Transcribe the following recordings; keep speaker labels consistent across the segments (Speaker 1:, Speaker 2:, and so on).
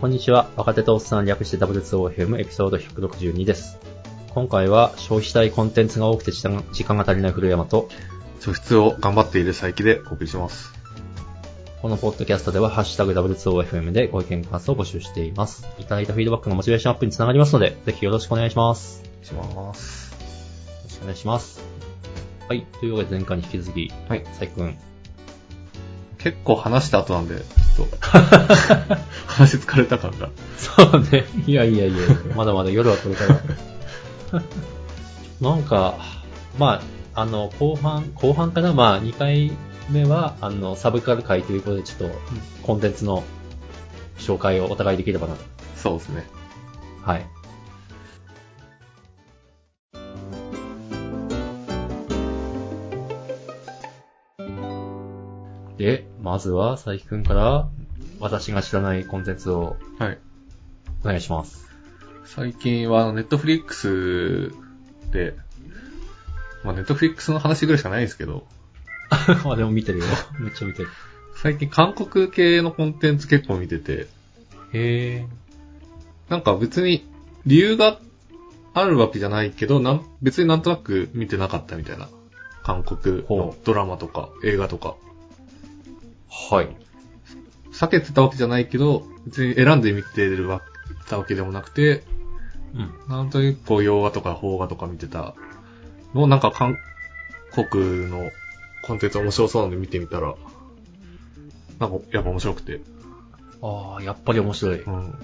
Speaker 1: こんにちは。若手とおっさん略して W2OFM エピソード162です。今回は消費したいコンテンツが多くて時間時間が足りない古山と、
Speaker 2: 素質を頑張っている最近でお送りします。
Speaker 1: このポッドキャストではハッシュタグ W2OFM でご意見感想を募集しています。いただいたフィードバックがモチベーションアップにつながりますので、ぜひよろしくお願いします。よ
Speaker 2: します。
Speaker 1: ろしくお願いします。はい。というわけで前回に引き続き、
Speaker 2: はい。
Speaker 1: サイくん。
Speaker 2: 結構話した後なんで、ち ょっと、話疲れた感が。
Speaker 1: そうね。いやいやいや、まだまだ夜はこれから。なんか、まあ、あの、後半、後半かなまあ、2回目は、あの、サブカル会ということで、ちょっと、コンテンツの紹介をお互いできればなと。
Speaker 2: そうですね。
Speaker 1: はい。で、まずは、佐伯くんから、私が知らないコンテンツを
Speaker 2: はい。
Speaker 1: お願いします。
Speaker 2: 最近は、ネットフリックスで、まあ、ネットフリックスの話ぐらいしかないんですけど、
Speaker 1: あ、でも見てるよ。めっちゃ見てる。
Speaker 2: 最近韓国系のコンテンツ結構見てて、
Speaker 1: へえ。
Speaker 2: なんか別に理由があるわけじゃないけど、なん別になんとなく見てなかったみたいな。韓国の
Speaker 1: ほ
Speaker 2: ドラマとか映画とか。
Speaker 1: はい。
Speaker 2: 避けてたわけじゃないけど、別に選んで見てるわたわけでもなくて、
Speaker 1: うん。
Speaker 2: なんとなくこう洋画とか邦画とか見てたのをなんか韓国のコンテンツ面白そうなんで見てみたら、なんかやっぱ面白くて。
Speaker 1: ああ、やっぱり面白い。
Speaker 2: うん。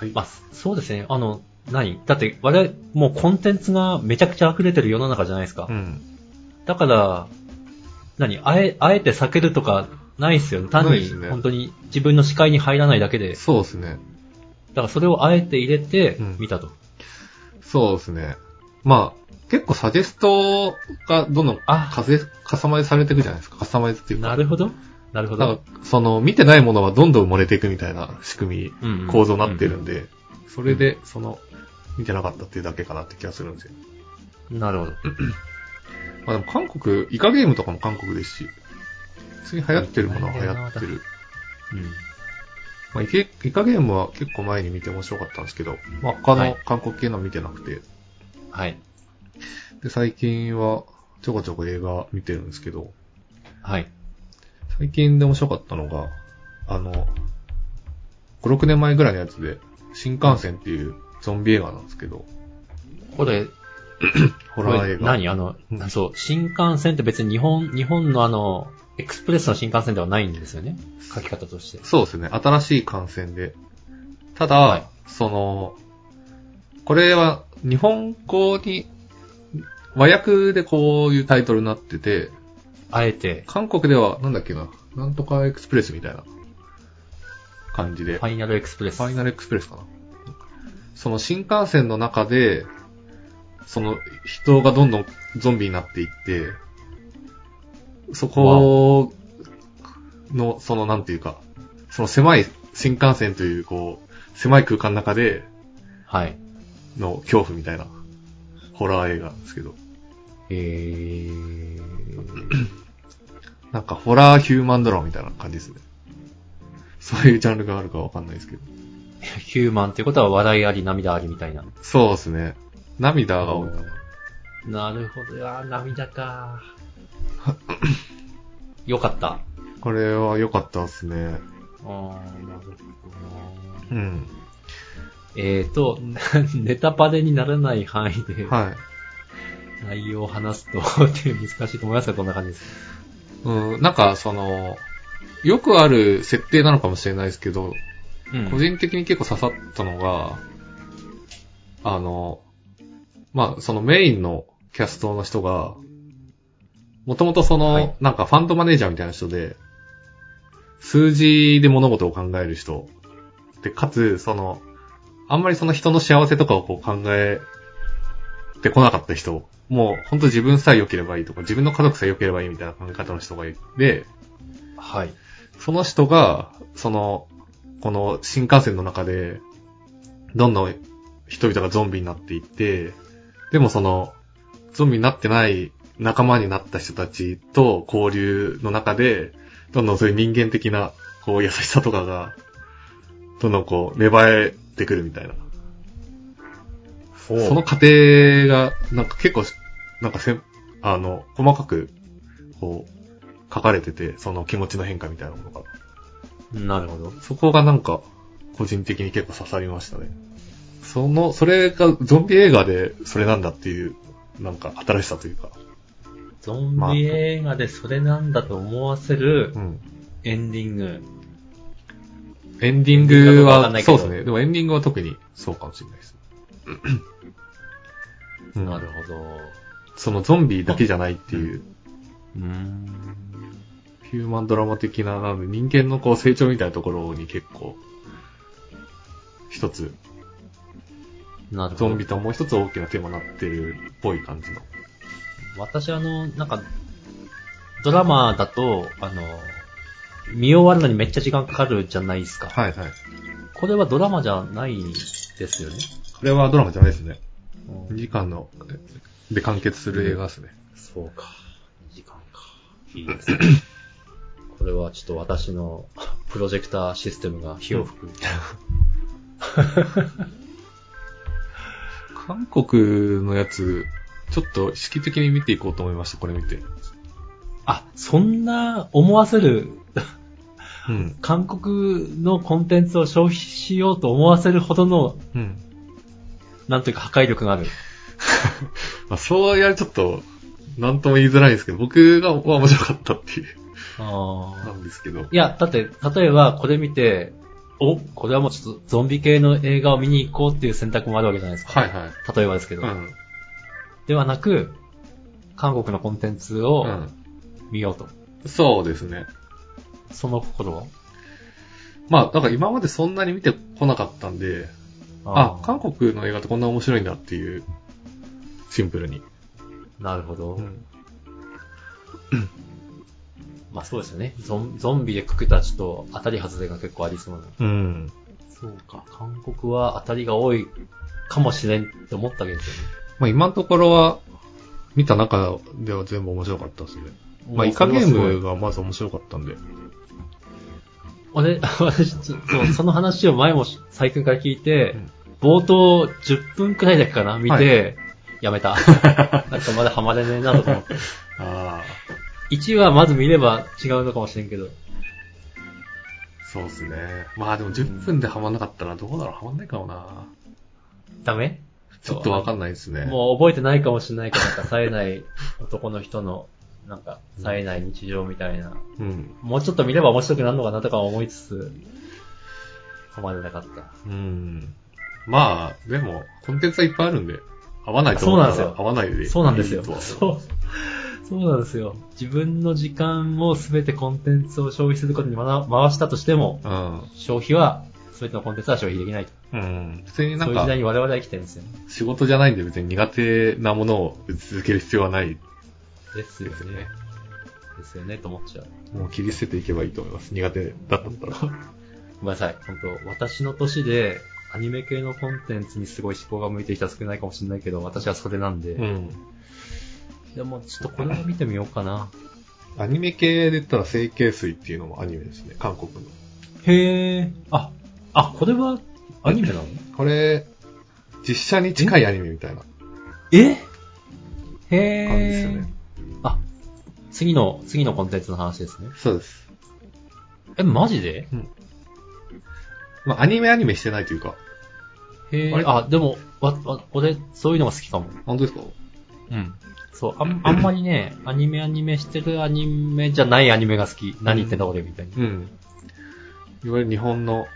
Speaker 2: 最
Speaker 1: まあ、そうですね。あの、何だって、我々、もうコンテンツがめちゃくちゃ溢れてる世の中じゃないですか。
Speaker 2: うん。
Speaker 1: だから、何あえ、あえて避けるとかないっすよね。単
Speaker 2: ないで
Speaker 1: に、
Speaker 2: すね
Speaker 1: 本当に自分の視界に入らないだけで。
Speaker 2: そうですね。
Speaker 1: だからそれをあえて入れて
Speaker 2: うん、
Speaker 1: 見たと。
Speaker 2: そうですね。まあ、結構サジェストがどんどん
Speaker 1: あ
Speaker 2: カセカスタマイズされていくじゃないですか。カスタマイズっていうか。
Speaker 1: なるほど。なるほ
Speaker 2: なん
Speaker 1: ど
Speaker 2: か。、その、見てないものはどんどん埋もれていくみたいな仕組
Speaker 1: う
Speaker 2: み
Speaker 1: んうん
Speaker 2: 構造になってるんで、それで、その、見てなかったっていうだけかなって気がするんですよ。
Speaker 1: なるほど。
Speaker 2: まあでも韓国、イカゲームとかも韓国ですし、普通に流行ってるものは流行ってる。まあ、イケイカゲームは結構前に見て面白かったんですけど、まあ、他
Speaker 1: はい
Speaker 2: の韓国系のは見てなくて、
Speaker 1: うん。はい。
Speaker 2: で、最近はちょこちょこ映画見てるんですけど、
Speaker 1: はい。
Speaker 2: 最近で面白かったのが、あの、5、6年前ぐらいのやつで、新幹線っていうゾンビ映画なんですけど、
Speaker 1: これ、
Speaker 2: ホラ
Speaker 1: こ
Speaker 2: ー
Speaker 1: れ
Speaker 2: 映画。
Speaker 1: 何あの、
Speaker 2: うん
Speaker 1: そう、新幹線って別に日本、日本のあの、エクスプレスの新幹線ではないんですよね。書き方として。
Speaker 2: そうですね。新しい感染で。ただ、
Speaker 1: はい
Speaker 2: その、これは日本語に、和訳でこういうタイトルになってて、
Speaker 1: あえて、
Speaker 2: 韓国ではなんだっけな、なんとかエクスプレスみたいな感じで、
Speaker 1: ファイナルエクスプレス。
Speaker 2: ファイナルエクスプレスかな。その新幹線の中で、その人がどんどんゾンビになっていって、そこの、そのなんていうか、その狭い新幹線というこう、狭い空間の中で
Speaker 1: はい。
Speaker 2: の恐怖みたいな、ホラー映画なんですけど、
Speaker 1: えー、
Speaker 2: なんかホラーヒューマンドラマみたいな感じですね。そういうジャンルがあるかわかんないですけど。
Speaker 1: ヒューマンってことは笑いあり涙ありみたいな。
Speaker 2: そうですね。涙が多いかな。
Speaker 1: なるほど。あー涙 か。よかった。
Speaker 2: これは良かったですね。
Speaker 1: あーなるほどな
Speaker 2: うん。
Speaker 1: えーと、 ネタパレにならない範囲で
Speaker 2: はい。
Speaker 1: 内容を話すと、 っていう難しいと思いますが、こんな感じです。
Speaker 2: うん、なんか、その、よくある設定なのかもしれないですけど、
Speaker 1: うん
Speaker 2: 個人的に結構刺さったのが、あの、まあ、そのメインのキャストの人が、もともとその、
Speaker 1: はい
Speaker 2: なんかファンドマネージャーみたいな人で、数字で物事を考える人。で、かつ、その、あんまりその人の幸せとかをこう考えてこなかった人。もう、ほんと自分さえ良ければいいとか、自分の家族さえ良ければいいみたいな考え方の人がいて、
Speaker 1: はい。
Speaker 2: その人が、その、この新幹線の中で、どんどん人々がゾンビになっていって、でもその、ゾンビになってない仲間になった人たちと交流の中で、どんどんそういう人間的な、こう、優しさとかが、どんどんこう、芽生えてくるみたいな。
Speaker 1: お
Speaker 2: その過程が、なんか結構、なんかせん、あの、細かく、こう、書かれてて、その気持ちの変化みたいなものが。
Speaker 1: なるほど。
Speaker 2: そこがなんか、個人的に結構刺さりましたね。その、それが、ゾンビ映画でそれなんだっていう、なんか、新しさというか。
Speaker 1: ゾンビ映画でそれなんだと思わせる
Speaker 2: うん。
Speaker 1: エンディング。
Speaker 2: エンディン
Speaker 1: エンディング
Speaker 2: グ
Speaker 1: かわかん
Speaker 2: は
Speaker 1: ない、け
Speaker 2: そう
Speaker 1: ど
Speaker 2: ですね。でもエンディングは特にそうかもしれないです。うん
Speaker 1: なるほど。
Speaker 2: そのゾンビだけじゃないっていう、
Speaker 1: うーん。
Speaker 2: ヒューマンドラマ的な、なんで人間のこう成長みたいなところに結構、一つ、
Speaker 1: なるほ
Speaker 2: ゾ
Speaker 1: ど。
Speaker 2: ンビともう一つ大きなテーマになってるっぽい感じの。
Speaker 1: 私あの、なんか、ドラマだと、あの、見終わるのにめっちゃ時間かかるじゃないですか。
Speaker 2: はいはい。
Speaker 1: これはドラマじゃないですよね。
Speaker 2: これはドラマじゃないですね。
Speaker 1: うん
Speaker 2: 2時間の、で完結する映画ですね。
Speaker 1: そうか。2時間か。いい ですね。これはちょっと私の プロジェクターシステムが火を吹く。
Speaker 2: 韓国のやつ、ちょっと意識的に見ていこうと思いました、これ見て。
Speaker 1: あ、そんな思わせる、
Speaker 2: うん。
Speaker 1: 韓國のコンテンツを消費しようと思わせるほどの、
Speaker 2: うん。
Speaker 1: なんというか破壊力がある。
Speaker 2: まあ、そうやるちょっと、なんとも言いづらいんですけど、僕がは面白かったっていう、
Speaker 1: あー
Speaker 2: なんですけど
Speaker 1: い。や、だって、例えばこれ見て、お、これはもうちょっとゾンビ系の映画を見に行こうっていう選択もあるわけじゃないですか。
Speaker 2: はいはい。
Speaker 1: 例えばですけど。
Speaker 2: うん。
Speaker 1: ではなく、韓国のコンテンツを
Speaker 2: うん。
Speaker 1: 見ようと。
Speaker 2: そうですね。
Speaker 1: その心は
Speaker 2: まあ、だから今までそんなに見てこなかったんで、あ韓国の映画ってこんな面白いんだっていう、シンプルに。
Speaker 1: なるほど。
Speaker 2: うん。
Speaker 1: まあそうですよね。ゾンゾンビでくくったらちょっと当たり外れが結構ありそうな。
Speaker 2: うん。
Speaker 1: そうか。韓国は当たりが多いかもしれんって思ったわけです
Speaker 2: まあ今のところは、見た中では全部面白かったですね。
Speaker 1: よね。
Speaker 2: まあ、イカゲ
Speaker 1: もう
Speaker 2: ー
Speaker 1: それはすご
Speaker 2: ム
Speaker 1: い。
Speaker 2: がまず面白かったんで。
Speaker 1: 俺、 私、ちょっとその話を前も最近から聞いて
Speaker 2: うん、
Speaker 1: 冒頭10分くらいだけかな見て、
Speaker 2: は
Speaker 1: やめ た。なんかまだハマれねえなと思って。
Speaker 2: ああ、
Speaker 1: 1話まず見れば違うのかもしれんけど。
Speaker 2: そうですね。まあでも10分でハマんなかったらどうだろうハマんないかもな。
Speaker 1: ダメ
Speaker 2: ちょっとわかんないですね。
Speaker 1: もう覚えてないかもしれないけど、なんか冴えない男の人の、なんか冴えない日常みたいな。
Speaker 2: うん。
Speaker 1: もうちょっと見れば面白くなるのかなとか思いつつ、ハマれなかった。
Speaker 2: うん。まあ、でも、コンテンツはいっぱいあるんで、合わないと思った
Speaker 1: そうなん
Speaker 2: ら
Speaker 1: です
Speaker 2: 合わないでいい
Speaker 1: そうなんですよ。
Speaker 2: とは
Speaker 1: そう。そうなんですよ。自分の時間をすべてコンテンツを消費することにまな回したとしても、
Speaker 2: うん。
Speaker 1: 消費は、すべてのコンテンツは消費できないと。
Speaker 2: うん。別にな
Speaker 1: そうんいう時
Speaker 2: か、
Speaker 1: 代に我々は生きてるんですよね。
Speaker 2: 仕事じゃないんで別に苦手なものを続ける必要はない。
Speaker 1: ですよ
Speaker 2: です
Speaker 1: ね
Speaker 2: ね。
Speaker 1: ですよね、と思っちゃう。
Speaker 2: もう切り捨てていけばいいと思います。苦手だったら。
Speaker 1: ごめんなさい。本当私の年で、アニメ系のコンテンツにすごい思考が向いてる人は少ないかもしれないけど、私はそれなんで。
Speaker 2: うん。
Speaker 1: でも、ちょっとこれは見てみようかな。
Speaker 2: アニメ系で言ったら整形水っていうのもアニメですね。韓国の。
Speaker 1: へえ。あ、あ、これは、アニメなの
Speaker 2: これ、実写に近いアニメみたいな感
Speaker 1: えへ
Speaker 2: じ
Speaker 1: え。
Speaker 2: ですよね。
Speaker 1: あ、次の、次のコンテンツの話ですね。
Speaker 2: そうです。
Speaker 1: え、マジで
Speaker 2: まあ、アニメアニメしてないというか、
Speaker 1: へ
Speaker 2: あ
Speaker 1: え。
Speaker 2: れ
Speaker 1: あ、でも、わ、わ、俺、そういうのが好きかも。
Speaker 2: 本当ですか
Speaker 1: うん。そう、あん、 あんまりね、アニメアニメしてるアニメじゃないアニメが好き。何言ってんだ俺、みたいな。
Speaker 2: うん。いわゆる日本の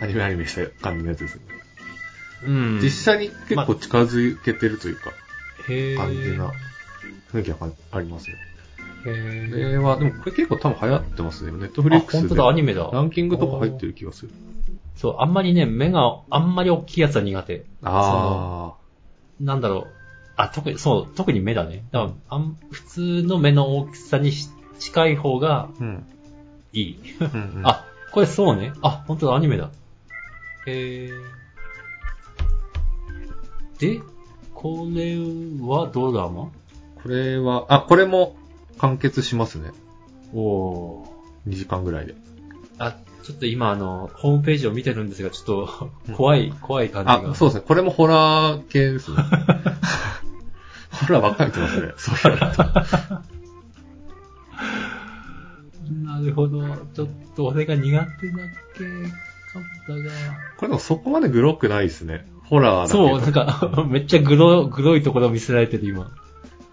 Speaker 2: アニメアニメした感じのやつですね。
Speaker 1: うん。
Speaker 2: 実写に結構近づけてるというか、
Speaker 1: へー
Speaker 2: 感じな雰囲気がありますね。
Speaker 1: へ
Speaker 2: こ
Speaker 1: ー
Speaker 2: れは、でもこれ結構多分流行ってますね。ネットフリック
Speaker 1: あ、
Speaker 2: ス
Speaker 1: 本当
Speaker 2: で
Speaker 1: だ、アニメだ。
Speaker 2: ランキングとか入ってる気がする。
Speaker 1: そう、あんまりね、目が、あんまり大きいやつは苦手。
Speaker 2: あ
Speaker 1: なんだろう。あ、特に、そう、特に目だね。だからあん普通の目の大きさにし近い方が
Speaker 2: あ。うん。
Speaker 1: いい。
Speaker 2: うんうん、
Speaker 1: あ、これそうね。あ、本当だ、アニメだ。えー。で、これはドラマ
Speaker 2: これは、あ、これも完結しますね。
Speaker 1: おー。
Speaker 2: 2時間ぐらいで。
Speaker 1: あ、ちょっと今あの、ホームページを見てるんですが、ちょっと怖い、怖い感じが。
Speaker 2: あ、そうですね。これもホラー 系ですね。ホラーばっかり見てますね。そういうのと
Speaker 1: なるほど。ちょっと俺が苦手な系かった
Speaker 2: これでもそこまでグロくないですね。ホラ
Speaker 1: が。
Speaker 2: ーだけど
Speaker 1: そう、なんか、 めっちゃグロ、グロいところ見せられてる今。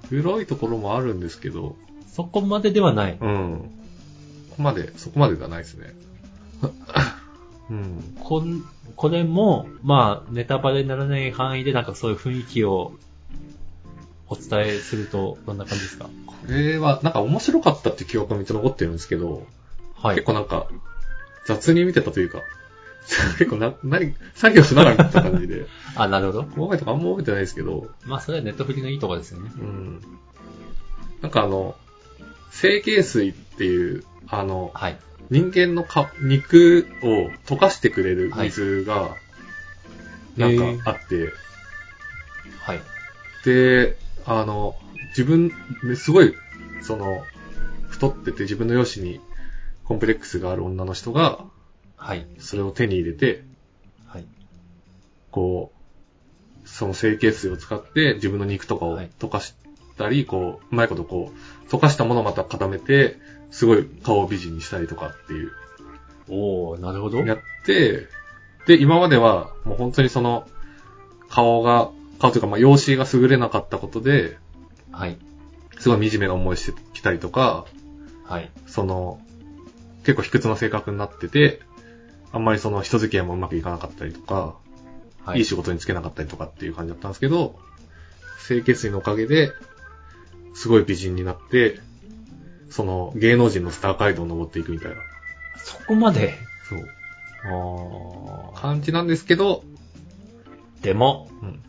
Speaker 2: グロいところもあるんですけど、
Speaker 1: そこまでではない。
Speaker 2: うん。ここまで、そこまでではないで すね。うん。
Speaker 1: こん、これも、まあ、ネタバレにならない範囲でなんかそういう雰囲気をお伝えするとどんな感じですか
Speaker 2: これは、なんか面白かったって記憶がめっちゃ残ってるんですけど、
Speaker 1: はい。
Speaker 2: 結構なんか、雑に見てたというか、 結構な、何、作業しながら見てた感じで、
Speaker 1: あ、なるほど。
Speaker 2: 細かいとかあんま覚えてないですけど、
Speaker 1: まあ、それはネットフリのいいとこですよね。
Speaker 2: うん。なんかあの、成形水っていう、あの、
Speaker 1: はい。
Speaker 2: 人間のか肉を溶かしてくれる水が、
Speaker 1: はい
Speaker 2: なんかあって、
Speaker 1: はい。
Speaker 2: で、あの、自分、すごい、その、太ってて自分の容姿にコンプレックスがある女の人が、
Speaker 1: はい。
Speaker 2: それを手に入れて、
Speaker 1: はい。
Speaker 2: こう、その成形水を使って自分の肉とかを
Speaker 1: はい
Speaker 2: 溶かしたり、こう、うまいことこう、溶かしたものをまた固めて、すごい顔を美人にしたりとかっていう、
Speaker 1: おー、なるほど。
Speaker 2: やって、で、今まではもう本当にその、顔が、顔というかまあ、容姿が優れなかったことで、
Speaker 1: はい。
Speaker 2: すごい惨めな思いしてきたりとか、
Speaker 1: はい。
Speaker 2: その、結構卑屈な性格になってて、あんまりその人付き合いもうまくいかなかったりとか、、
Speaker 1: はい
Speaker 2: い
Speaker 1: い。
Speaker 2: 仕事につけなかったりとかっていう感じだったんですけど、清潔水のおかげで、すごい美人になって、その芸能人のスター街道を登っていくみたいな、
Speaker 1: そこまで。
Speaker 2: そう、
Speaker 1: おー。
Speaker 2: 感じなんですけど、
Speaker 1: でも、
Speaker 2: うん、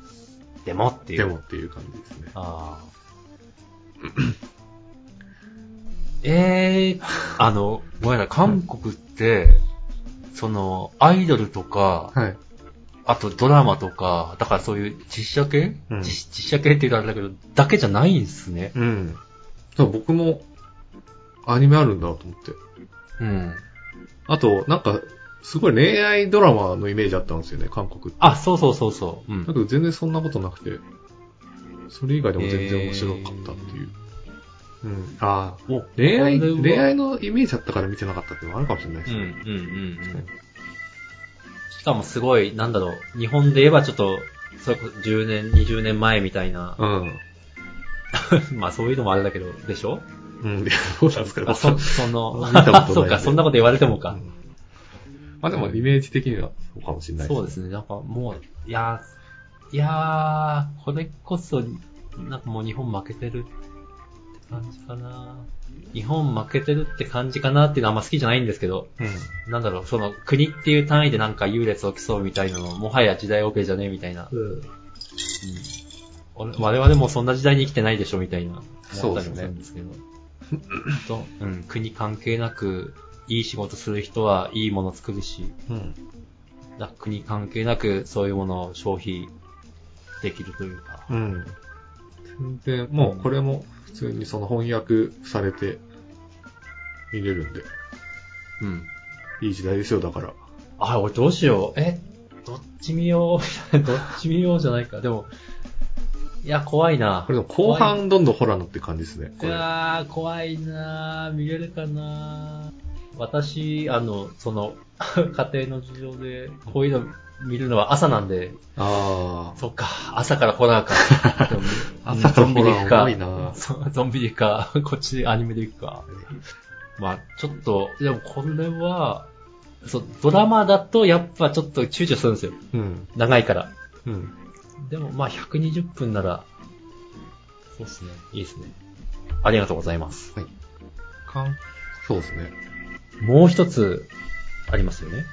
Speaker 1: でもっていう。
Speaker 2: でもっていう感じですね。
Speaker 1: あーえー、あの、ごめんなさい、韓国って、その、アイドルとか、
Speaker 2: はい。
Speaker 1: あとドラマとか、だからそういう実写系、
Speaker 2: うん
Speaker 1: 実実写系って言うとあれだけど、だけじゃないんですね。
Speaker 2: うん。そう僕も、アニメあるんだと思って。
Speaker 1: うん。
Speaker 2: あと、なんか、すごい恋愛ドラマのイメージあったんですよね、韓国って
Speaker 1: あ、そうそうそうそう。う
Speaker 2: だ
Speaker 1: ん。
Speaker 2: けど全然そんなことなくて、それ以外でも全然面白かったっていう。うん。ああ、
Speaker 1: お
Speaker 2: 恋愛、
Speaker 1: これは
Speaker 2: 恋愛のイメージだったから見てなかったっていうのもあるかもしれないで
Speaker 1: う
Speaker 2: す
Speaker 1: んうん
Speaker 2: ね。
Speaker 1: うんうん。しかもすごい、なんだろう、日本で言えばちょっと、それこそ10年、20年前みたいな、
Speaker 2: うん。
Speaker 1: まあそういうのもあれだけど、でしょ
Speaker 2: うん。で、どうなんですかね
Speaker 1: あそ、その、
Speaker 2: 見たことないん で
Speaker 1: そうか、そんなこと言われてもか。
Speaker 2: まあでもイメージ的にはそうかもしれない
Speaker 1: そう
Speaker 2: で
Speaker 1: ですね、なんかもう、いやー、いやー、これこそ、なんかもう日本負けてるって感じかな。日本負けてるって感じかなっていうのはあんま好きじゃないんですけど、
Speaker 2: す。うん。
Speaker 1: なんだろう、その国っていう単位でなんか優劣を競うみたいなの、もはや時代遅れじゃねえみたいな。俺我々もそんな時代に生きてないでしょみたいな思ったりもするんですけど。とうん、国関係なく、いい仕事する人はいいもの作るし、
Speaker 2: うん。
Speaker 1: だ国関係なくそういうものを消費できるというか。
Speaker 2: うん。全然、もうこれも普通にその翻訳されて見れるんで、
Speaker 1: うん。
Speaker 2: いい時代ですよ、だから。
Speaker 1: あ、俺どうしよう。え、どっち見よう どっち見ようじゃないか。でも、いや、怖いな。
Speaker 2: これでも後半どんどんホラーのって感じですね。こ
Speaker 1: い
Speaker 2: れ
Speaker 1: やー、怖いなー、見れるかなー。私、あの、その、 家庭の事情で、こういうの見るのは朝なんで、
Speaker 2: あ
Speaker 1: そっか、朝からホラーか。でも
Speaker 2: あ。 朝
Speaker 1: ゾ
Speaker 2: から
Speaker 1: ン
Speaker 2: ホ
Speaker 1: ビで
Speaker 2: ラ
Speaker 1: 行
Speaker 2: ー
Speaker 1: く
Speaker 2: 多いな
Speaker 1: か。そう ゾンビで行くか、こっちでアニメで行くか。まあ、ちょっと、でもこれは、そう、ドラマだとやっぱちょっと躊躇するんですよ。
Speaker 2: うん。
Speaker 1: 長いから。
Speaker 2: うん。
Speaker 1: でもまあ120分なら、そうですね。いいですね。ありがとうございます。
Speaker 2: かんそうですね。
Speaker 1: もう一つありますよね。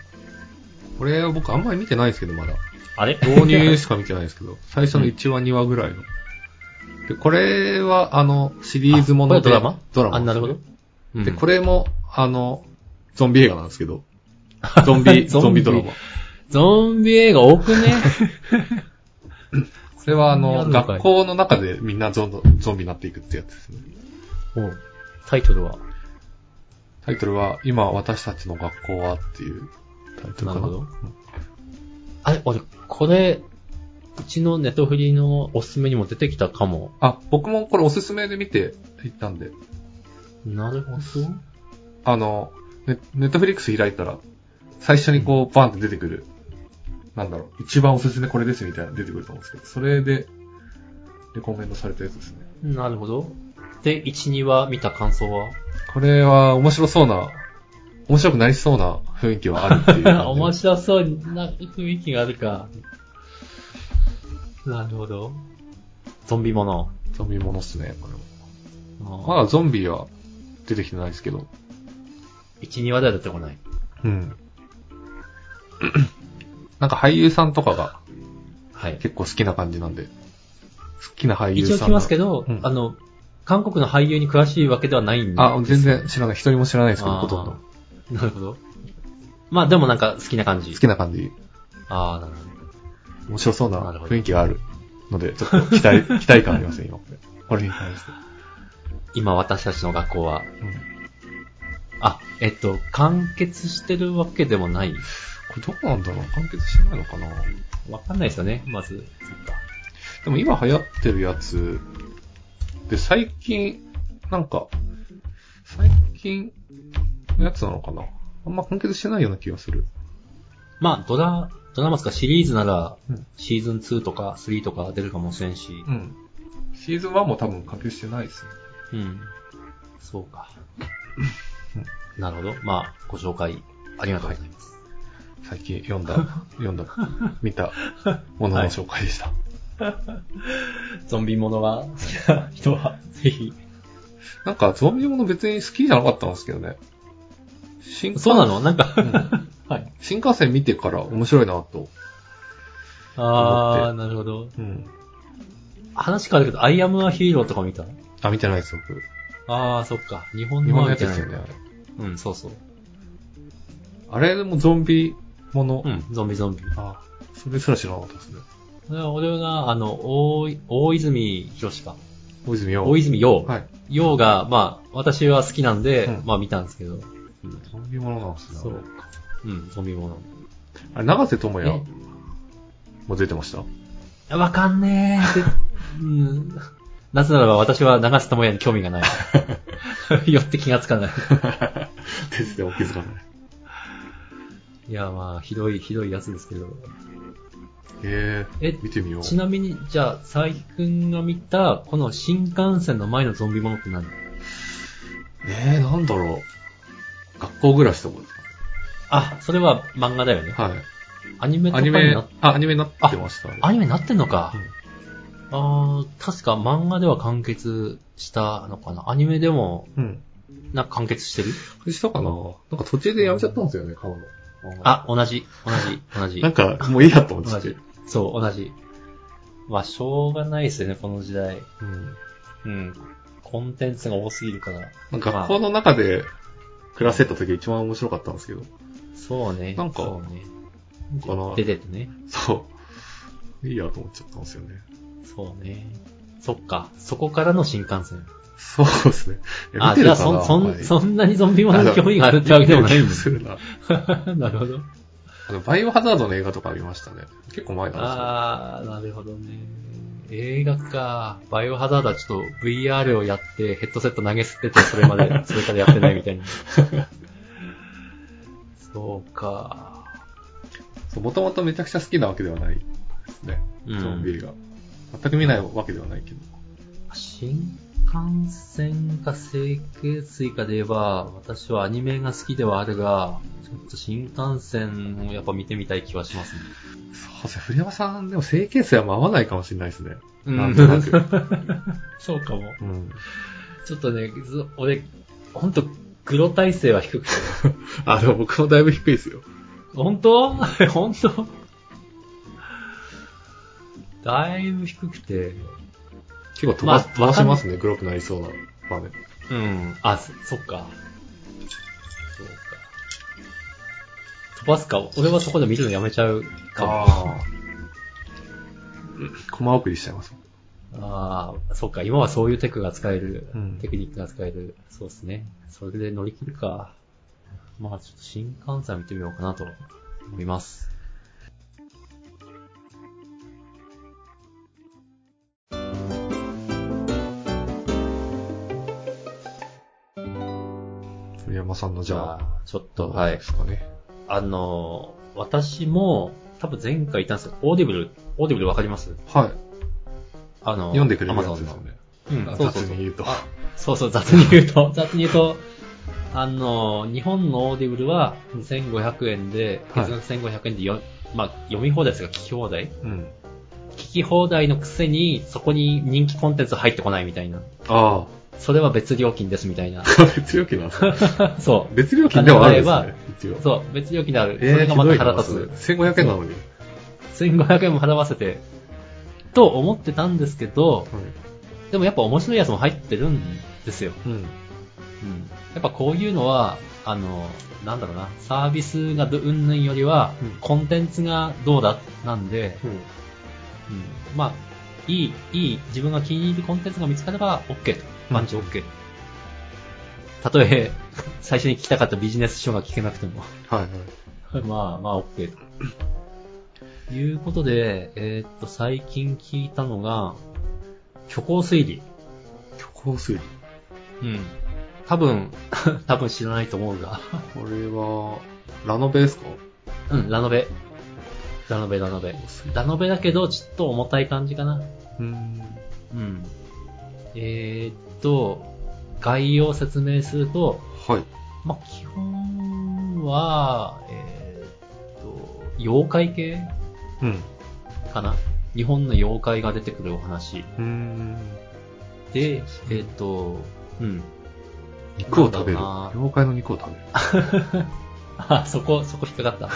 Speaker 2: これは僕あんまり見てないですけど、まだ。
Speaker 1: あれ
Speaker 2: 導入しか見てないですけど、 最初の1話、2話ぐらいの。で、これは、あの、シリーズもの
Speaker 1: あ
Speaker 2: で。
Speaker 1: これドラマ
Speaker 2: ドラマ。
Speaker 1: あ、なるほど。。
Speaker 2: で、こ
Speaker 1: れ、
Speaker 2: れも、あの、ゾンビ映画なんですけど、ゾン ビ、ゾンビドラマ。こ
Speaker 1: ゾンビ映画多くね
Speaker 2: れは、あ
Speaker 1: や
Speaker 2: の、
Speaker 1: るのかい
Speaker 2: 学校の中でみんなゾンゾンビになっていくってやつですね。
Speaker 1: おうタイトルは
Speaker 2: タイトルは、今私たちの学校はっていうタイトルかな。
Speaker 1: なるほど
Speaker 2: うん。
Speaker 1: あれ、俺、これ、うちのネットフリのおすすめにも出てきたかも。
Speaker 2: あ、僕もこれおすすめで見ていったんで、
Speaker 1: なるほど。
Speaker 2: あの、ネネットフリックス開いたら、最初にこう、バンって出てくる、なんだろう、一番おすすめこれですみたいなの出てくると思うんですけど、それで、レコメンドされたやつですね。
Speaker 1: なるほど。で、1、2話見た感想は
Speaker 2: これは面白そうな、面白くなりそうな雰囲気はあるっていう感じで。
Speaker 1: 面白そうな雰囲気があるか。なるほど。ゾンビもの。
Speaker 2: ゾンビものっすね、これも。ま
Speaker 1: ま
Speaker 2: だゾンビは出てきてないですけど。
Speaker 1: 1、2話では出てこない。
Speaker 2: うん。 なんか俳優さんとかが
Speaker 1: はい。
Speaker 2: 結構好きな感じなんで、好きな俳優
Speaker 1: 一
Speaker 2: さん
Speaker 1: 応聞き
Speaker 2: が。
Speaker 1: ますけど、
Speaker 2: うん
Speaker 1: あの、韓国の俳優に詳しいわけではないんで。
Speaker 2: あ、全然知らない。一人も知らないですけど、
Speaker 1: あー
Speaker 2: ほとんど。好
Speaker 1: なるほど。まあでもなんか好きな感じ。
Speaker 2: きな感じ。
Speaker 1: ああ、なるほど。
Speaker 2: 面白そうな
Speaker 1: なるほど
Speaker 2: 雰囲気があるので、ちょっと期 待、期待感ありますね、今。これに関して。
Speaker 1: 今私たちの学校は。
Speaker 2: うん。こ
Speaker 1: あ、えっと、完結してるわけでもない。
Speaker 2: れどこなんだろう完結してないのかな
Speaker 1: わかんないですよね、まず。そっか。
Speaker 2: でも今流行ってるやつ、で、最近、なんか、最近のやつなのかなあんま完結してないような気がする。
Speaker 1: まあ、ドラ、ドラマですかシリーズなら
Speaker 2: うん、
Speaker 1: シーズン2とか3とか出るかもしれんし。
Speaker 2: うん。シーズン1も多分完結してないですね。
Speaker 1: うん。そうか。なるほど。まあ、ご紹介ありがとうございます。
Speaker 2: 最近読んだ、読んだ、見たものの紹介でした。
Speaker 1: ゾンビものが好きな人は、ぜひ。
Speaker 2: なんかゾンビもの別に好きじゃなかったんですけどね。新 幹
Speaker 1: そうなのなんか、
Speaker 2: うん
Speaker 1: はい。
Speaker 2: 新幹線見てから面白いなと。
Speaker 1: あー、なるほど。
Speaker 2: うん。
Speaker 1: 話変わるけど、アイアムアヒーローとか見た
Speaker 2: あ、見てないです、僕。
Speaker 1: あー、そっか。日本
Speaker 2: 日
Speaker 1: の
Speaker 2: 本
Speaker 1: は
Speaker 2: のや
Speaker 1: 見
Speaker 2: つ
Speaker 1: て
Speaker 2: で
Speaker 1: ない
Speaker 2: すよね。
Speaker 1: うん、そうそう。
Speaker 2: あれあれもゾンビもの。
Speaker 1: うん、ゾンビゾンビ。
Speaker 2: あ、それすら知らなかったですね。
Speaker 1: 俺はな、あの、大い大泉博士か。
Speaker 2: 大泉洋。
Speaker 1: 大泉洋。
Speaker 2: はい。
Speaker 1: 洋が、まあ、私は好きなんで、
Speaker 2: うん
Speaker 1: まあ見たんですけど。
Speaker 2: ゾンビものなんですね。
Speaker 1: そうか。うん、ゾンビもの。
Speaker 2: あれ、長瀬智也も出てま した
Speaker 1: わかんねえ。で うん。なぜならば私は長瀬智也に興味 がない。よって気がつかない。
Speaker 2: ですね、お気づかない。
Speaker 1: いや、まあ、ひどい、ひどいやつですけど。
Speaker 2: ええ
Speaker 1: え
Speaker 2: 見てみよう。
Speaker 1: ちなみに、じゃあ、佐伯くんが見た、この新幹線の前のゾンビものって何
Speaker 2: ええなんだろう。学校暮らしとかです
Speaker 1: あ、それは漫画だよね。
Speaker 2: かね。はい。
Speaker 1: アニメと
Speaker 2: ア
Speaker 1: か
Speaker 2: ニ
Speaker 1: にな
Speaker 2: メ
Speaker 1: っ、
Speaker 2: あ、アニメになってました。あれ
Speaker 1: アニメになってんのか。あー確か漫画では完結したのかな。アニメでも、
Speaker 2: うん。
Speaker 1: なんか完結してる
Speaker 2: これしたかななんか途中でやめちゃったんですよね、買うの。
Speaker 1: あ、同じ、同じ、同じ
Speaker 2: なん。か、もういいやと思
Speaker 1: 同
Speaker 2: っ
Speaker 1: じ
Speaker 2: て。。
Speaker 1: そう、同じ。まあ、しょうがないですよね、この時代。
Speaker 2: うん。
Speaker 1: うん。コンテンツが多すぎるから。
Speaker 2: なんか学校の中で暮らせた時が一番面白かったんですけど。
Speaker 1: そうね。
Speaker 2: なんか
Speaker 1: そうね。
Speaker 2: かな
Speaker 1: 出ててね。
Speaker 2: そう。いいやと思っちゃったんですよね。
Speaker 1: そうね。そっか。そこからの新幹線。
Speaker 2: そうですね。え
Speaker 1: あ、
Speaker 2: 見て
Speaker 1: じゃあ
Speaker 2: るかな
Speaker 1: そ、そ
Speaker 2: はい
Speaker 1: ん、そんなにゾンビものに興味があるってわけでも ない
Speaker 2: 見てる
Speaker 1: ん
Speaker 2: 気
Speaker 1: で
Speaker 2: がするな。
Speaker 1: す。 なるほど。
Speaker 2: あの、バイオハザードの映画とか見ましたね。結構前なん
Speaker 1: あー、なるほどね。映画か。バイオハザードはちょっと VR をやってヘッドセット投げ捨ててそれま で、それからやってないみたいな。そうか。
Speaker 2: ですよ。もともとめちゃくちゃ好きなわけではないですね。
Speaker 1: うん
Speaker 2: ゾンビ映画。全く見ないわけではないけど。
Speaker 1: 新幹線か整形水かで言えば、私はアニメが好きではあるが、ちょっと新幹線をやっぱ見てみたい気はしますね。
Speaker 2: そうですね。古山さん、でも整形数はもう合わないかもしれないですね。
Speaker 1: う
Speaker 2: なんとなく。
Speaker 1: そうかも。
Speaker 2: うん。
Speaker 1: ちょっとね、ず俺、ほんと、グロ体勢は低くて。
Speaker 2: あ、でも僕もだいぶ低いですよ。
Speaker 1: 本当 本当だいぶ低くて。
Speaker 2: 結構飛ば,、
Speaker 1: まあ
Speaker 2: 飛ばしますね。黒くなりそうな場面。
Speaker 1: うん。あ、そそっか。そうか。飛ばすか。俺はそこで見るのやめちゃうかも。
Speaker 2: ああ。駒送りしちゃいます。
Speaker 1: ああ、そっか、今はそういうテクが使える、
Speaker 2: うん
Speaker 1: テクニックが使える。そうですね。それで乗り切るか。まあちょっと新幹線見てみようかなと思います。
Speaker 2: 鳥山さんのじ
Speaker 1: じ
Speaker 2: ゃ
Speaker 1: ゃ
Speaker 2: あ、
Speaker 1: あ、ちょっと、はい
Speaker 2: で。すかね。
Speaker 1: あの、私も、多分前回言ったんですけど、オーディブル、オーディブルわかります
Speaker 2: はい。
Speaker 1: あの、
Speaker 2: 読んでくれるや
Speaker 1: Amazon
Speaker 2: つで
Speaker 1: の
Speaker 2: すよね。
Speaker 1: うん、そうそうそ
Speaker 2: 雑
Speaker 1: う
Speaker 2: に。言うと。
Speaker 1: あそうそう、雑に言うと、雑に言うと、あの、日本のオーディブルは1500円で、
Speaker 2: はい
Speaker 1: 月額1500円でよ、まあ、読み放題ですが、聞き放題
Speaker 2: うん。
Speaker 1: 聞き放題のくせに、そこに人気コンテンツ入ってこないみたいな。
Speaker 2: あ
Speaker 1: それは別料金ですみたい な。
Speaker 2: あ。 別料金なんですね。
Speaker 1: そ
Speaker 2: 別料金ではあるんですね。一
Speaker 1: う。
Speaker 2: 応。
Speaker 1: そう、別料金である。そ
Speaker 2: えー
Speaker 1: れがまた腹
Speaker 2: ひどい
Speaker 1: 立
Speaker 2: なそれ1500円なのに。
Speaker 1: つ。1500円も払わせて、と思ってたんですけど、でもやっぱ面白いやつも入ってるんですよ。
Speaker 2: うん。
Speaker 1: うんやっぱこういうのは、あの、なんだろうな、サービスがどうんぬんよりは、
Speaker 2: うん
Speaker 1: コンテンツがどうだなんで、
Speaker 2: うん。
Speaker 1: うんまあ、いい、いい、自分が気に入るコンテンツが見つかれば OK と。マンチ OK。たとえ、 最初に聞きたかったビジネス書が聞けなくても。
Speaker 2: はいはい。
Speaker 1: まあまあ OK と。 いうことで、えーっと、最近聞いたのが、虚構推理。
Speaker 2: 虚構推理。
Speaker 1: うん。多分、 多分知らないと思う が。
Speaker 2: これは、ラノベですか
Speaker 1: うん、ラノベ。ラノベ、ラノベ。ラノベだけど、ちょっと重たい感じかな。
Speaker 2: うん。
Speaker 1: うん。えー、っと、概要を説明すると、
Speaker 2: はい。
Speaker 1: まあ、基本は、えー、っと、妖怪系
Speaker 2: うん。
Speaker 1: かな。日本の妖怪が出てくるお話。
Speaker 2: うん。
Speaker 1: で、えー、っと、うん。
Speaker 2: 肉を食べ
Speaker 1: なんだ
Speaker 2: る。
Speaker 1: ろうな
Speaker 2: 妖怪の肉を食べる。
Speaker 1: あ、そこ、そこ引っかかった。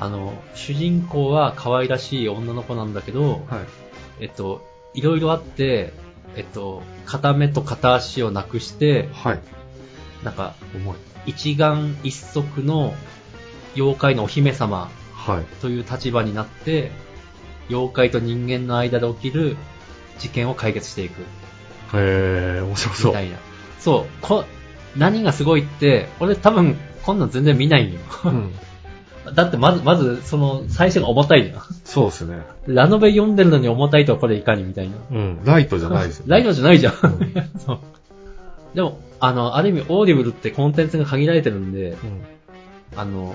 Speaker 1: あの、主人公は可愛らしい女の子なんだけど、
Speaker 2: はい。
Speaker 1: えっと、いろいろあって、えっと、片目と片足をなくして、
Speaker 2: はい。
Speaker 1: なんか、
Speaker 2: 重い。
Speaker 1: 一眼一足の妖怪のお姫様
Speaker 2: はい。
Speaker 1: という立場になって、妖怪と人間の間で起きる事件を解決していく、
Speaker 2: へえ、面白そ
Speaker 1: み
Speaker 2: う。
Speaker 1: たいな。そう、こ、何がすごいって、俺多分、こんなん全然見ないんよ。
Speaker 2: うん。
Speaker 1: だってまず、まず、その、最初が重たいじゃん。
Speaker 2: そうですね。
Speaker 1: ラノベ読んでるのに重たいとはこれいかにみたいな。
Speaker 2: うん。ライトじゃないですよね。
Speaker 1: ライドじゃないじゃん。
Speaker 2: う
Speaker 1: そうでも、あの、ある意味、オーディブルってコンテンツが限られてるんで、
Speaker 2: うん。
Speaker 1: あの、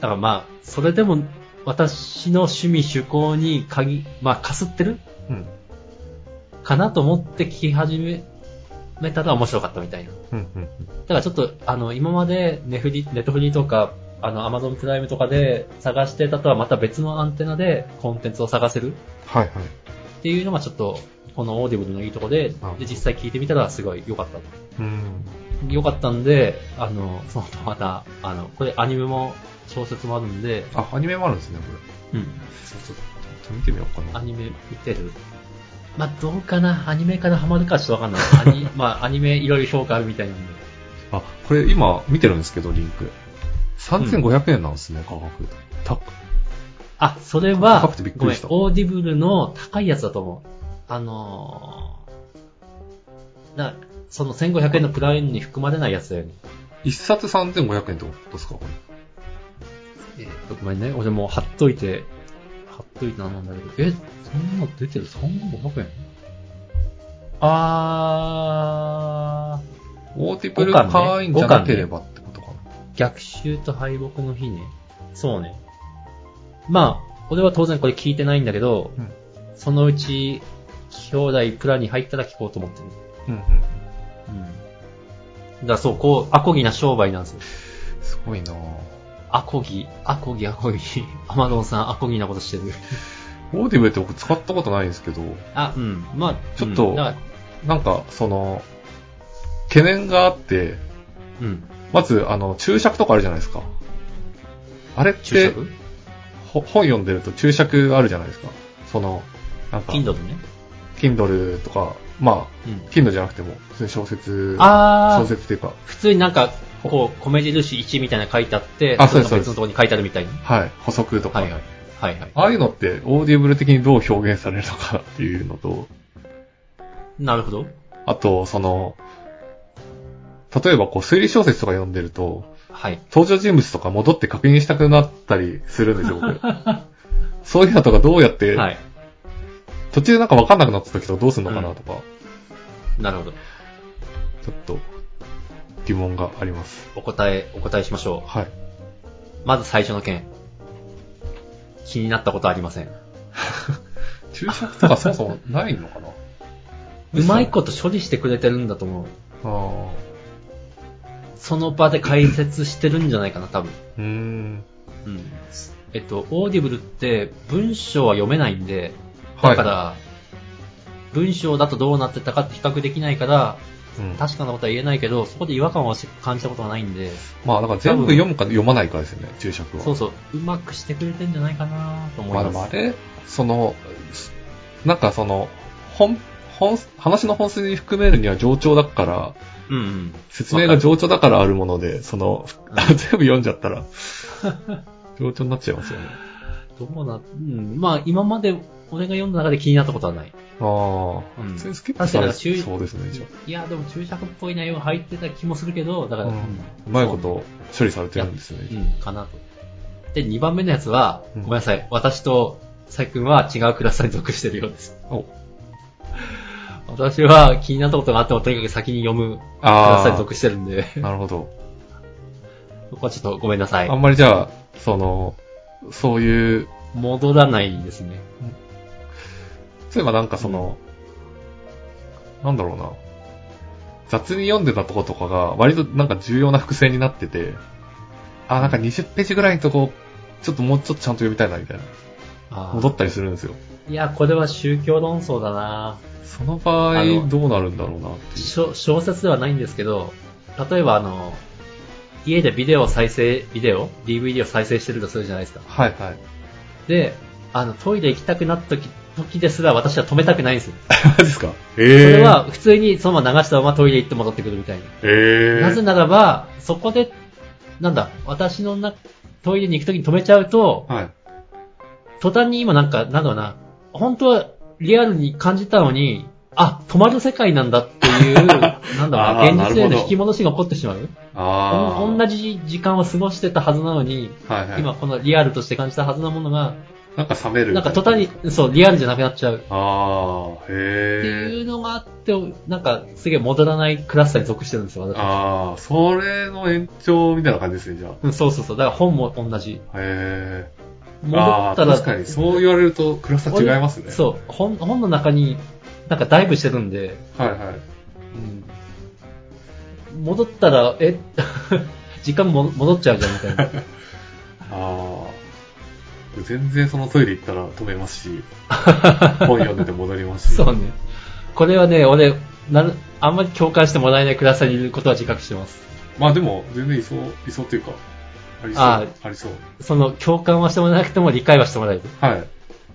Speaker 1: だからまあ、それでも、私の趣味趣向に鍵、まあ、かすってる
Speaker 2: うん。
Speaker 1: かなと思って聞き始め、めたら面白かったみたいな。
Speaker 2: うん。うん。
Speaker 1: だからちょっと、あの、今までネフリ、ネットフリとか、あの、アマゾンプライムとかで探してたとはまた別のアンテナでコンテンツを探せる
Speaker 2: はいはい。
Speaker 1: っていうのがちょっと、このオーディブルのいいとこで、で
Speaker 2: なるほ、ど
Speaker 1: 実際聞いてみたらすごい良かった。
Speaker 2: うん。
Speaker 1: 良かったんで、あの、その後また、あの、これアニメも小説もあるんで、
Speaker 2: あ、アニメもあるんですね、こ
Speaker 1: うん、
Speaker 2: れ。そうそう。ちょっと見てみようか
Speaker 1: ア
Speaker 2: な。
Speaker 1: ニメ見てる。まあ、どうかなアニメからハマるかちょっとわかんない。ア ニ、まあ、アニメいろいろ評価あるみたいなんで。
Speaker 2: あ、これ今見てるんですけど、リンク。3500円なんですね、価格。高っ
Speaker 1: あ、それは
Speaker 2: 高くてびっ、く
Speaker 1: ご
Speaker 2: り
Speaker 1: めん
Speaker 2: し、た
Speaker 1: オーディブルの高いやつだと思う。あのー、な、その1500円のプライムに含まれないやつだよね。
Speaker 2: 一冊3500円ってことですか、これ。
Speaker 1: えーっと、ごめんね。俺もう貼っといて、貼っといてなんだけど。え、そんなの出てる ?3500 円あ
Speaker 2: オーティプル会員じゃなければってことかな。
Speaker 1: ー、逆襲と敗北の日ね。そうね。まあ、俺は当然これ聞いてないんだけど、
Speaker 2: うん
Speaker 1: そのうち、兄弟プランに入ったら聞こうと思ってる。
Speaker 2: うんうん。
Speaker 1: うん。だからそう、こう、アコギな商売なんですよ。
Speaker 2: すごいなぁ。
Speaker 1: アコギ、アコギ、アコギ。 アマゾンさん、アコギなことしてる。
Speaker 2: オーディブルって僕使ったことないんですけど、
Speaker 1: あ、うん。まあ、
Speaker 2: ちょっと
Speaker 1: うんだから
Speaker 2: なんか、その、懸念があって、
Speaker 1: うん。
Speaker 2: まず、あの、注釈とかあるじゃないですか。あれっ
Speaker 1: 注
Speaker 2: て、
Speaker 1: 釈
Speaker 2: ほ本読んでると注釈あるじゃないですか。その、なんか、
Speaker 1: Kindle ね。
Speaker 2: Kindle とか、ま
Speaker 1: う
Speaker 2: あ、
Speaker 1: ん。
Speaker 2: Kindle じゃなくても、普通に小説、
Speaker 1: あ
Speaker 2: 小
Speaker 1: ー、
Speaker 2: 説っていうか、
Speaker 1: 普通になんか、こう、米印1みたいなの書いてあって、
Speaker 2: あそうです
Speaker 1: れが別のところに書いてあるみたいな。
Speaker 2: はい、補足とか、
Speaker 1: はいはい。はいはい。
Speaker 2: ああいうのって、オーディブル的にどう表現されるのかっていうのと、
Speaker 1: なるほど。
Speaker 2: あと、その、例えばこう推理小説とか読んでると、
Speaker 1: はい。
Speaker 2: 登場人物とか戻って確認したくなったりするんですよ、 僕。そういうのとかどうやって、
Speaker 1: はい。
Speaker 2: 途中なんかわかんなくなった時とかどうするのかなとか、
Speaker 1: なるほど。
Speaker 2: ちょっと疑問があります。
Speaker 1: お答え、お答えしましょ
Speaker 2: はい。
Speaker 1: う。まず最初の件。気になったことありません。
Speaker 2: 注釈とかそもそもないのかな
Speaker 1: うまいこと処理してくれてるんだと思う。
Speaker 2: あ
Speaker 1: その場で解説してるんじゃないかな、多分。
Speaker 2: あ。うーん。
Speaker 1: うん。えっと、オーディブルって文章は読めないんで、
Speaker 2: はい
Speaker 1: だから、文章だとどうなってたかって比較できないから、
Speaker 2: うん、
Speaker 1: 確かなことは言えないけど、そこで違和感を感じたことはないんで、
Speaker 2: まあ、だから全部読むか読まないかですよね、注釈は。
Speaker 1: そうそう、うまくしてくれてんじゃないかなと思い
Speaker 2: まあ
Speaker 1: ま。
Speaker 2: ですもあれ、その、すなんかその、本、本、話の本筋に含めるには冗長だから、
Speaker 1: うんうん。
Speaker 2: 説明が冗長だからあるもので、その、
Speaker 1: うん
Speaker 2: 全部読んじゃったら、冗長になっちゃいますよね。
Speaker 1: どうな、うん、まあ今まで俺が読んだ中で気になったことはない。
Speaker 2: ああ、
Speaker 1: うん
Speaker 2: 普通にスキップされ
Speaker 1: 確かに
Speaker 2: そうですね、じゃ
Speaker 1: いや、でも注釈っぽい内容が入ってた気もするけど、だ
Speaker 2: あ。
Speaker 1: から、う
Speaker 2: う
Speaker 1: んん、
Speaker 2: うまいこと処理されてるんです
Speaker 1: う
Speaker 2: ね。
Speaker 1: ん、かなと。で、2番目のやつは、
Speaker 2: うん
Speaker 1: ごめんなさい、私と佐伯くんは違うクラスに属してるようです。
Speaker 2: お
Speaker 1: 私は気になったことがあってもとにかく先に読むクラスに
Speaker 2: あ
Speaker 1: 属してるんで、
Speaker 2: あ、なるほど。
Speaker 1: そこはちょっとごめんなさい
Speaker 2: あ。んまりじゃあ、その、そういう、
Speaker 1: 戻らないですね。
Speaker 2: 例えばなんかその、なんだろうな。雑に読んでたとことかが、割となんか重要な伏線になってて、あ、なんか20ページぐらいのとこ、ちょっともうちょっとちゃんと読みたいな、みたいな。
Speaker 1: あー
Speaker 2: 戻ったりするんですよ。
Speaker 1: いや、これは宗教論争だな
Speaker 2: その場
Speaker 1: あ
Speaker 2: 合、
Speaker 1: の
Speaker 2: どうなるんだろうな、っていう。
Speaker 1: 小小説ではないんですけど、例えばあの、家でビデオを再生、ビデオ ?DVD を再生してるとするじゃないですか。
Speaker 2: はいはい。
Speaker 1: で、あの、トイレ行きたくなった時時ですら私は止めたくないんですよ。
Speaker 2: マジですかええ
Speaker 1: それ、は普通にそのまま流したままトイレ行って戻ってくるみたいな。
Speaker 2: ええ
Speaker 1: なぜならば、そこで、なんだ、私のな、トイレに行く時に止めちゃうと、
Speaker 2: はい。
Speaker 1: 途端に今なんか、なんだろうな、本当はリアルに感じたのに、あ、止まる世界なんだって いう、なんだろうな、
Speaker 2: あー
Speaker 1: 現実へ
Speaker 2: なるほ
Speaker 1: の
Speaker 2: ど
Speaker 1: 引き戻しが起こってしまう。
Speaker 2: あ
Speaker 1: おん同じ時間を過ごしてたはずなのに、
Speaker 2: あ。はいはい。
Speaker 1: 今このリアルとして感じたはずなものが、
Speaker 2: なんか冷める。
Speaker 1: なんか途端に、そう、リアルじゃなくなっちゃう。
Speaker 2: ああ、
Speaker 1: ってい
Speaker 2: へえ。
Speaker 1: うのがあって、なんかすげえ戻らないクラスターに属してるんですよ、私。
Speaker 2: ああ、それの延長みたいな感じですね、じゃあ。
Speaker 1: うんそうそうそう。だから本も同じ。
Speaker 2: へえ。
Speaker 1: 戻った
Speaker 2: あ
Speaker 1: ら、
Speaker 2: ー確かに、そう言われると、暗さ違いますね。
Speaker 1: そう、本本の中になんかダイブしてるんで、
Speaker 2: はいはい。
Speaker 1: 戻ったら、え 時間も戻っちゃうじゃんみたい な。
Speaker 2: ああ。全然そのトイレ行ったら止めま すし、本読んでて戻りますし。
Speaker 1: そうね。これはね、俺、なるあんまり共感してもらえないクラスターにいることは自覚してます。
Speaker 2: まあでも、全然いそう、いそうというか、ありそう。
Speaker 1: あ
Speaker 2: ありそう。
Speaker 1: その共感はしてもらえなくても理解はしてもらえる。
Speaker 2: はい。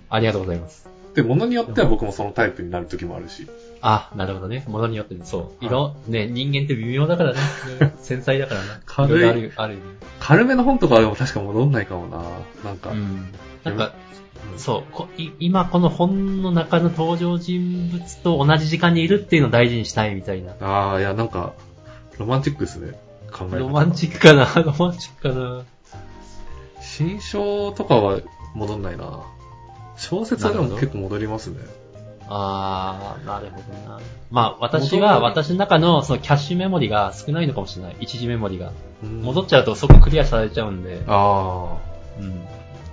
Speaker 1: ありがとうございます。
Speaker 2: で、ものによっては僕もそのタイプになる時もあるし。
Speaker 1: あ、なるほどね。ものによってねそう。
Speaker 2: い
Speaker 1: 色、ね、人間って微妙だから ね。繊細だからな。
Speaker 2: 軽い
Speaker 1: ろろある、あるよね。
Speaker 2: 軽めの本とかはでも確か戻んないかもな。なんか。
Speaker 1: うん。なんか、
Speaker 2: うん
Speaker 1: そうこい今この本の中の登場人物と同じ時間にいるっていうのを大事にしたいみたいな。
Speaker 2: ああ、いや、なんか、ロマンチックですね。考え方
Speaker 1: ロマンチックかな ロマンチックかな
Speaker 2: 新章とかは戻んないな。小説はでも結構戻りますね。
Speaker 1: あー、なるほどな。まあ、私は、
Speaker 2: 戻る
Speaker 1: 私の中のそのキャッシュメモリが少ないのかもしれない。一時メモリが。戻っ
Speaker 2: ち
Speaker 1: ちゃうとそこクリアされちゃうんで、
Speaker 2: あ
Speaker 1: うん。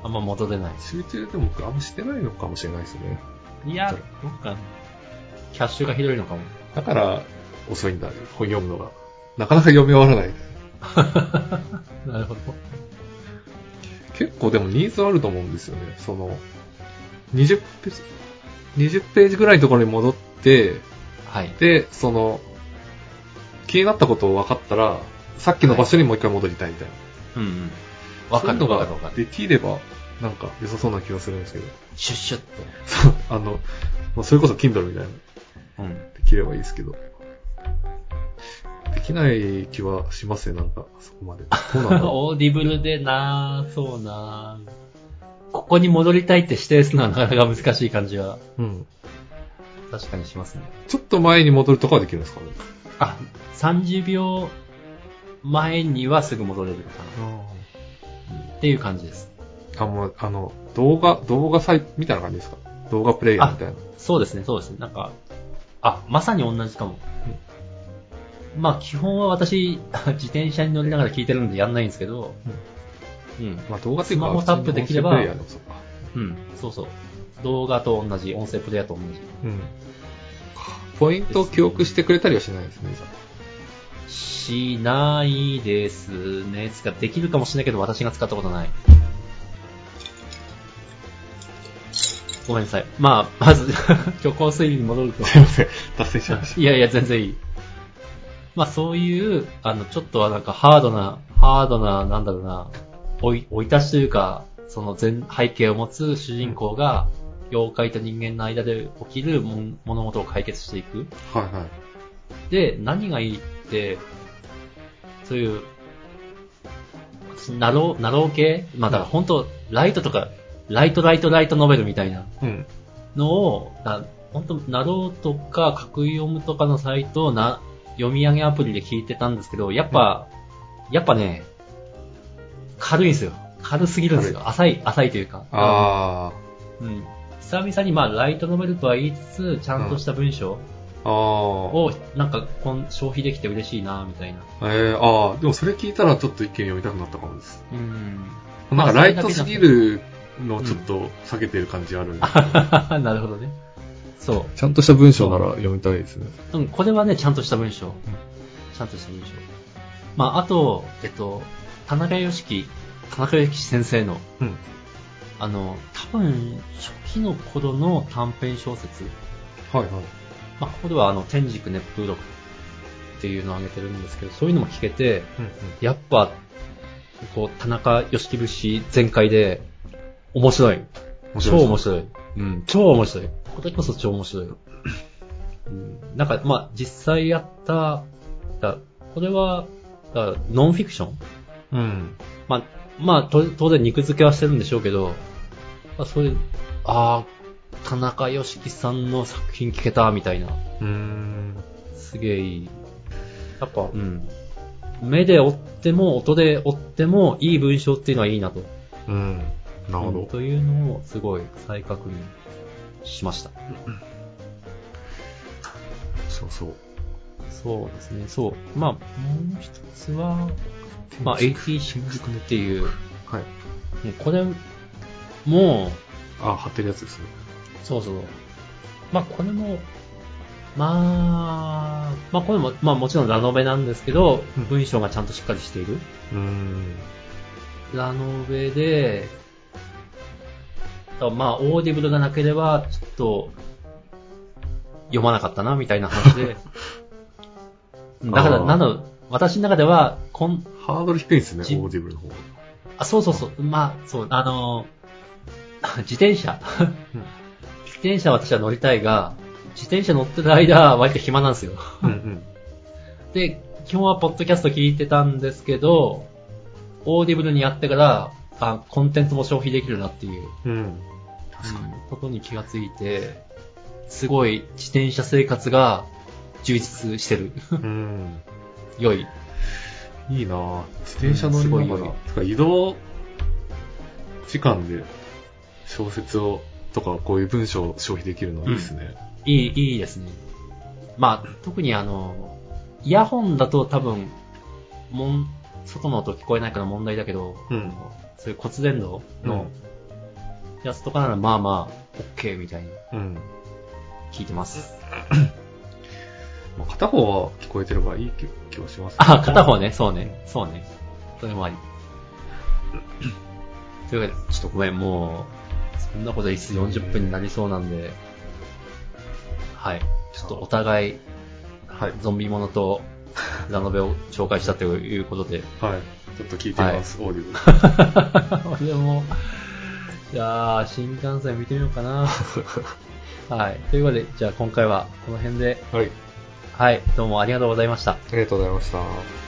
Speaker 1: あんま戻れない
Speaker 2: あ。。集中でも僕あんましてないのかもしれないですね。
Speaker 1: いや、どっかな、キャッシュがひどいのかも。
Speaker 2: だから、遅いんだ、本読むのが。なかなか読み終わらない。
Speaker 1: なるほど。
Speaker 2: 結構でもニーズあると思うんですよね。その、20ページ、20ページぐらいのところに戻って、
Speaker 1: はい。
Speaker 2: で、その、気になったことを分かったら、さっきの場所にもう一回戻りたいみたいな。
Speaker 1: うんうん。わか
Speaker 2: そうい
Speaker 1: る
Speaker 2: うの
Speaker 1: わか
Speaker 2: が
Speaker 1: るわかる。
Speaker 2: できれば、なんか良さそうな気がするんですけど。
Speaker 1: シュッシュッと。
Speaker 2: そう、あの、まあ、それこそ Kindle みたいな
Speaker 1: う
Speaker 2: の
Speaker 1: ん。
Speaker 2: できればいいですけど。できない気はしますね、なんか、そこまで。そうなんだろ
Speaker 1: オーディブルでなぁ、そうなぁ。ここに戻りたいって指定するのはなかなか難しい感じは
Speaker 2: う。うん。
Speaker 1: 確かにしますね。
Speaker 2: ちょっと前に戻るとかはできるんですかね。
Speaker 1: あ、30秒前にはすぐ戻れるかな、うんっていう感じです。
Speaker 2: あ、もう、あの、動画、動画サイトみたいな感じですか動画プレイヤーみたいな。
Speaker 1: そうですね、そうですね。なんか、あ、まさに同じかも。まあ、基本は私、 自転車に乗りながら聞いてるんでやんないんですけど、うん。
Speaker 2: まあ、動画っていうか、
Speaker 1: スマホタップできれば
Speaker 2: 普通に音声プレイヤーでもそうか。
Speaker 1: うん、そうそう。動画と同じ、音声プレイヤーと同じ。
Speaker 2: うん。ポイントを記憶してくれたりはしないですね、じゃ
Speaker 1: しないですね。つか、できるかもしれないけど、私が使ったことない。ごめんなさい。まあ、まず、 虚構推理に戻ると
Speaker 2: あ。。すいません。 達成しました。
Speaker 1: いやいや、全然いい。まあ、そういう、あの、ちょっとはなんかハードな、ハードな、なんだろうな、追い、追い出しというか、その全背景を持つ主人公が、妖怪と人間の間で起きるもん物事を解決していく。
Speaker 2: はいはい。
Speaker 1: で、何がいいって、そういう、ナロー、ナロー系まあだから本当、ライトとか、ライトライトライトノベルみたいな
Speaker 2: うん。
Speaker 1: のを、な本当、ナローとか、格読むとかのサイトをな、読み上げアプリで聞いてたんですけど、やっぱ、やっぱね、軽いんですよ。軽すぎるんですよ。浅い、浅いというか。
Speaker 2: あ
Speaker 1: うん。久々にまあ、ライトノベルとは言いつつ、ちゃんとした文章
Speaker 2: あ。ああ。
Speaker 1: を、なんか、こん消費できて嬉しいな、みたいな。
Speaker 2: えー、ああ、でもそれ聞いたらちょっと一見読みたくなったかもです。
Speaker 1: うん。
Speaker 2: な
Speaker 1: ま
Speaker 2: んか
Speaker 1: あ
Speaker 2: ライトすぎるのをちょっと避けてる感じある んで、
Speaker 1: なるほどね。そう。
Speaker 2: ちゃんとした文章なら読みたいですね。
Speaker 1: うん、これはね、ちゃんとした文章。ちゃんとした文章。まあ、あと、えっと、田中良樹、田中良樹先生の、
Speaker 2: うん。
Speaker 1: あの、多分、初期の頃の短編小説。
Speaker 2: はいはい。
Speaker 1: まあ、ここでは、あの、天竺熱風録っていうのを挙げてるんですけど、そういうのも聞けて、
Speaker 2: うんうん、
Speaker 1: やっぱ、こう、田中良樹節全開で、面白い。超面白い。うん、超面白い。これこそ超面白い。うん、なんか、まあ、実際やった、だこれは、だノンフィクション
Speaker 2: い。うん。
Speaker 1: まあ、まあ、と当然肉付けはしてるんでしょうけど、まあ、そういう、ああ、田中良樹さんの作品聞けた、みたいな。
Speaker 2: うーん。
Speaker 1: すげえいい。やっぱ、うん。目で追っても、音で追っても、いい文章っていうのはいいなと。
Speaker 2: うん。なるほど。
Speaker 1: うんというのを、すごい再確認しました。
Speaker 2: そうそう。
Speaker 1: そうですね、そう。まあ、もう一つは、まあ、86っていう、も
Speaker 2: はい。
Speaker 1: うこれ、もう、
Speaker 2: あ、貼ってるやつですね。
Speaker 1: そうそう。まあ、これも、まあ、まあ、これも、まあ、もちろんラノベなんですけど
Speaker 2: うん、
Speaker 1: 文章がちゃんとしっかりしている。
Speaker 2: うーん。
Speaker 1: ラノベで、あまあ、オーディブルがなければ、ちょっと、読まなかったな、みたいな話 で。うんだから、
Speaker 2: あー
Speaker 1: なの、私の中では、こん、
Speaker 2: ハードル低いんですね、
Speaker 1: じ
Speaker 2: オーディブルの方が。
Speaker 1: あ、そうそうそう。まあ、そう、あのー 自転車。
Speaker 2: うん
Speaker 1: 自転車私は乗りたいが、自転車乗ってる間、割と暇なんですよ。
Speaker 2: うんうん。
Speaker 1: で、基本はポッドキャスト聞いてたんですけど、オーディブルにやってから、あ、コンテンツも消費できるなっていう、
Speaker 2: うん。
Speaker 1: うんことに気がついて、すごい自転車生活が充実してる。
Speaker 2: うん。
Speaker 1: 良い。
Speaker 2: いいなぁ自転車乗りな
Speaker 1: うんすご
Speaker 2: が
Speaker 1: い
Speaker 2: ら
Speaker 1: よ、
Speaker 2: てか移動時間で小説を、とかこういう文章を消費できるのはいいですね。
Speaker 1: いい、いいですね。まあ、特にあの、イヤホンだと多分、もん、外の音聞こえないから問題だけど、
Speaker 2: うん
Speaker 1: そういう骨伝導のやつとかならまあまあ、OK みたいに
Speaker 2: うん。
Speaker 1: 聞いてます。
Speaker 2: まあ、片方は聞こえてればいい気気はします、
Speaker 1: あ、片方ね、そうね、そうね。それもあり。というわけで、ちょっとごめん、もう、そんなこといつ40分になりそうなんで、はい。ちょっとお互い、
Speaker 2: はい。
Speaker 1: ゾンビものと、ラノベを紹介したということで、
Speaker 2: はい。ちょっと聞いてみます、オーディブ ル。
Speaker 1: 俺も、じゃあ、新幹線見てみようかな。 はい。ということで、じゃあ今回はこの辺で、
Speaker 2: はい。
Speaker 1: はい、どうもありがとうございました。
Speaker 2: ありがとうございました。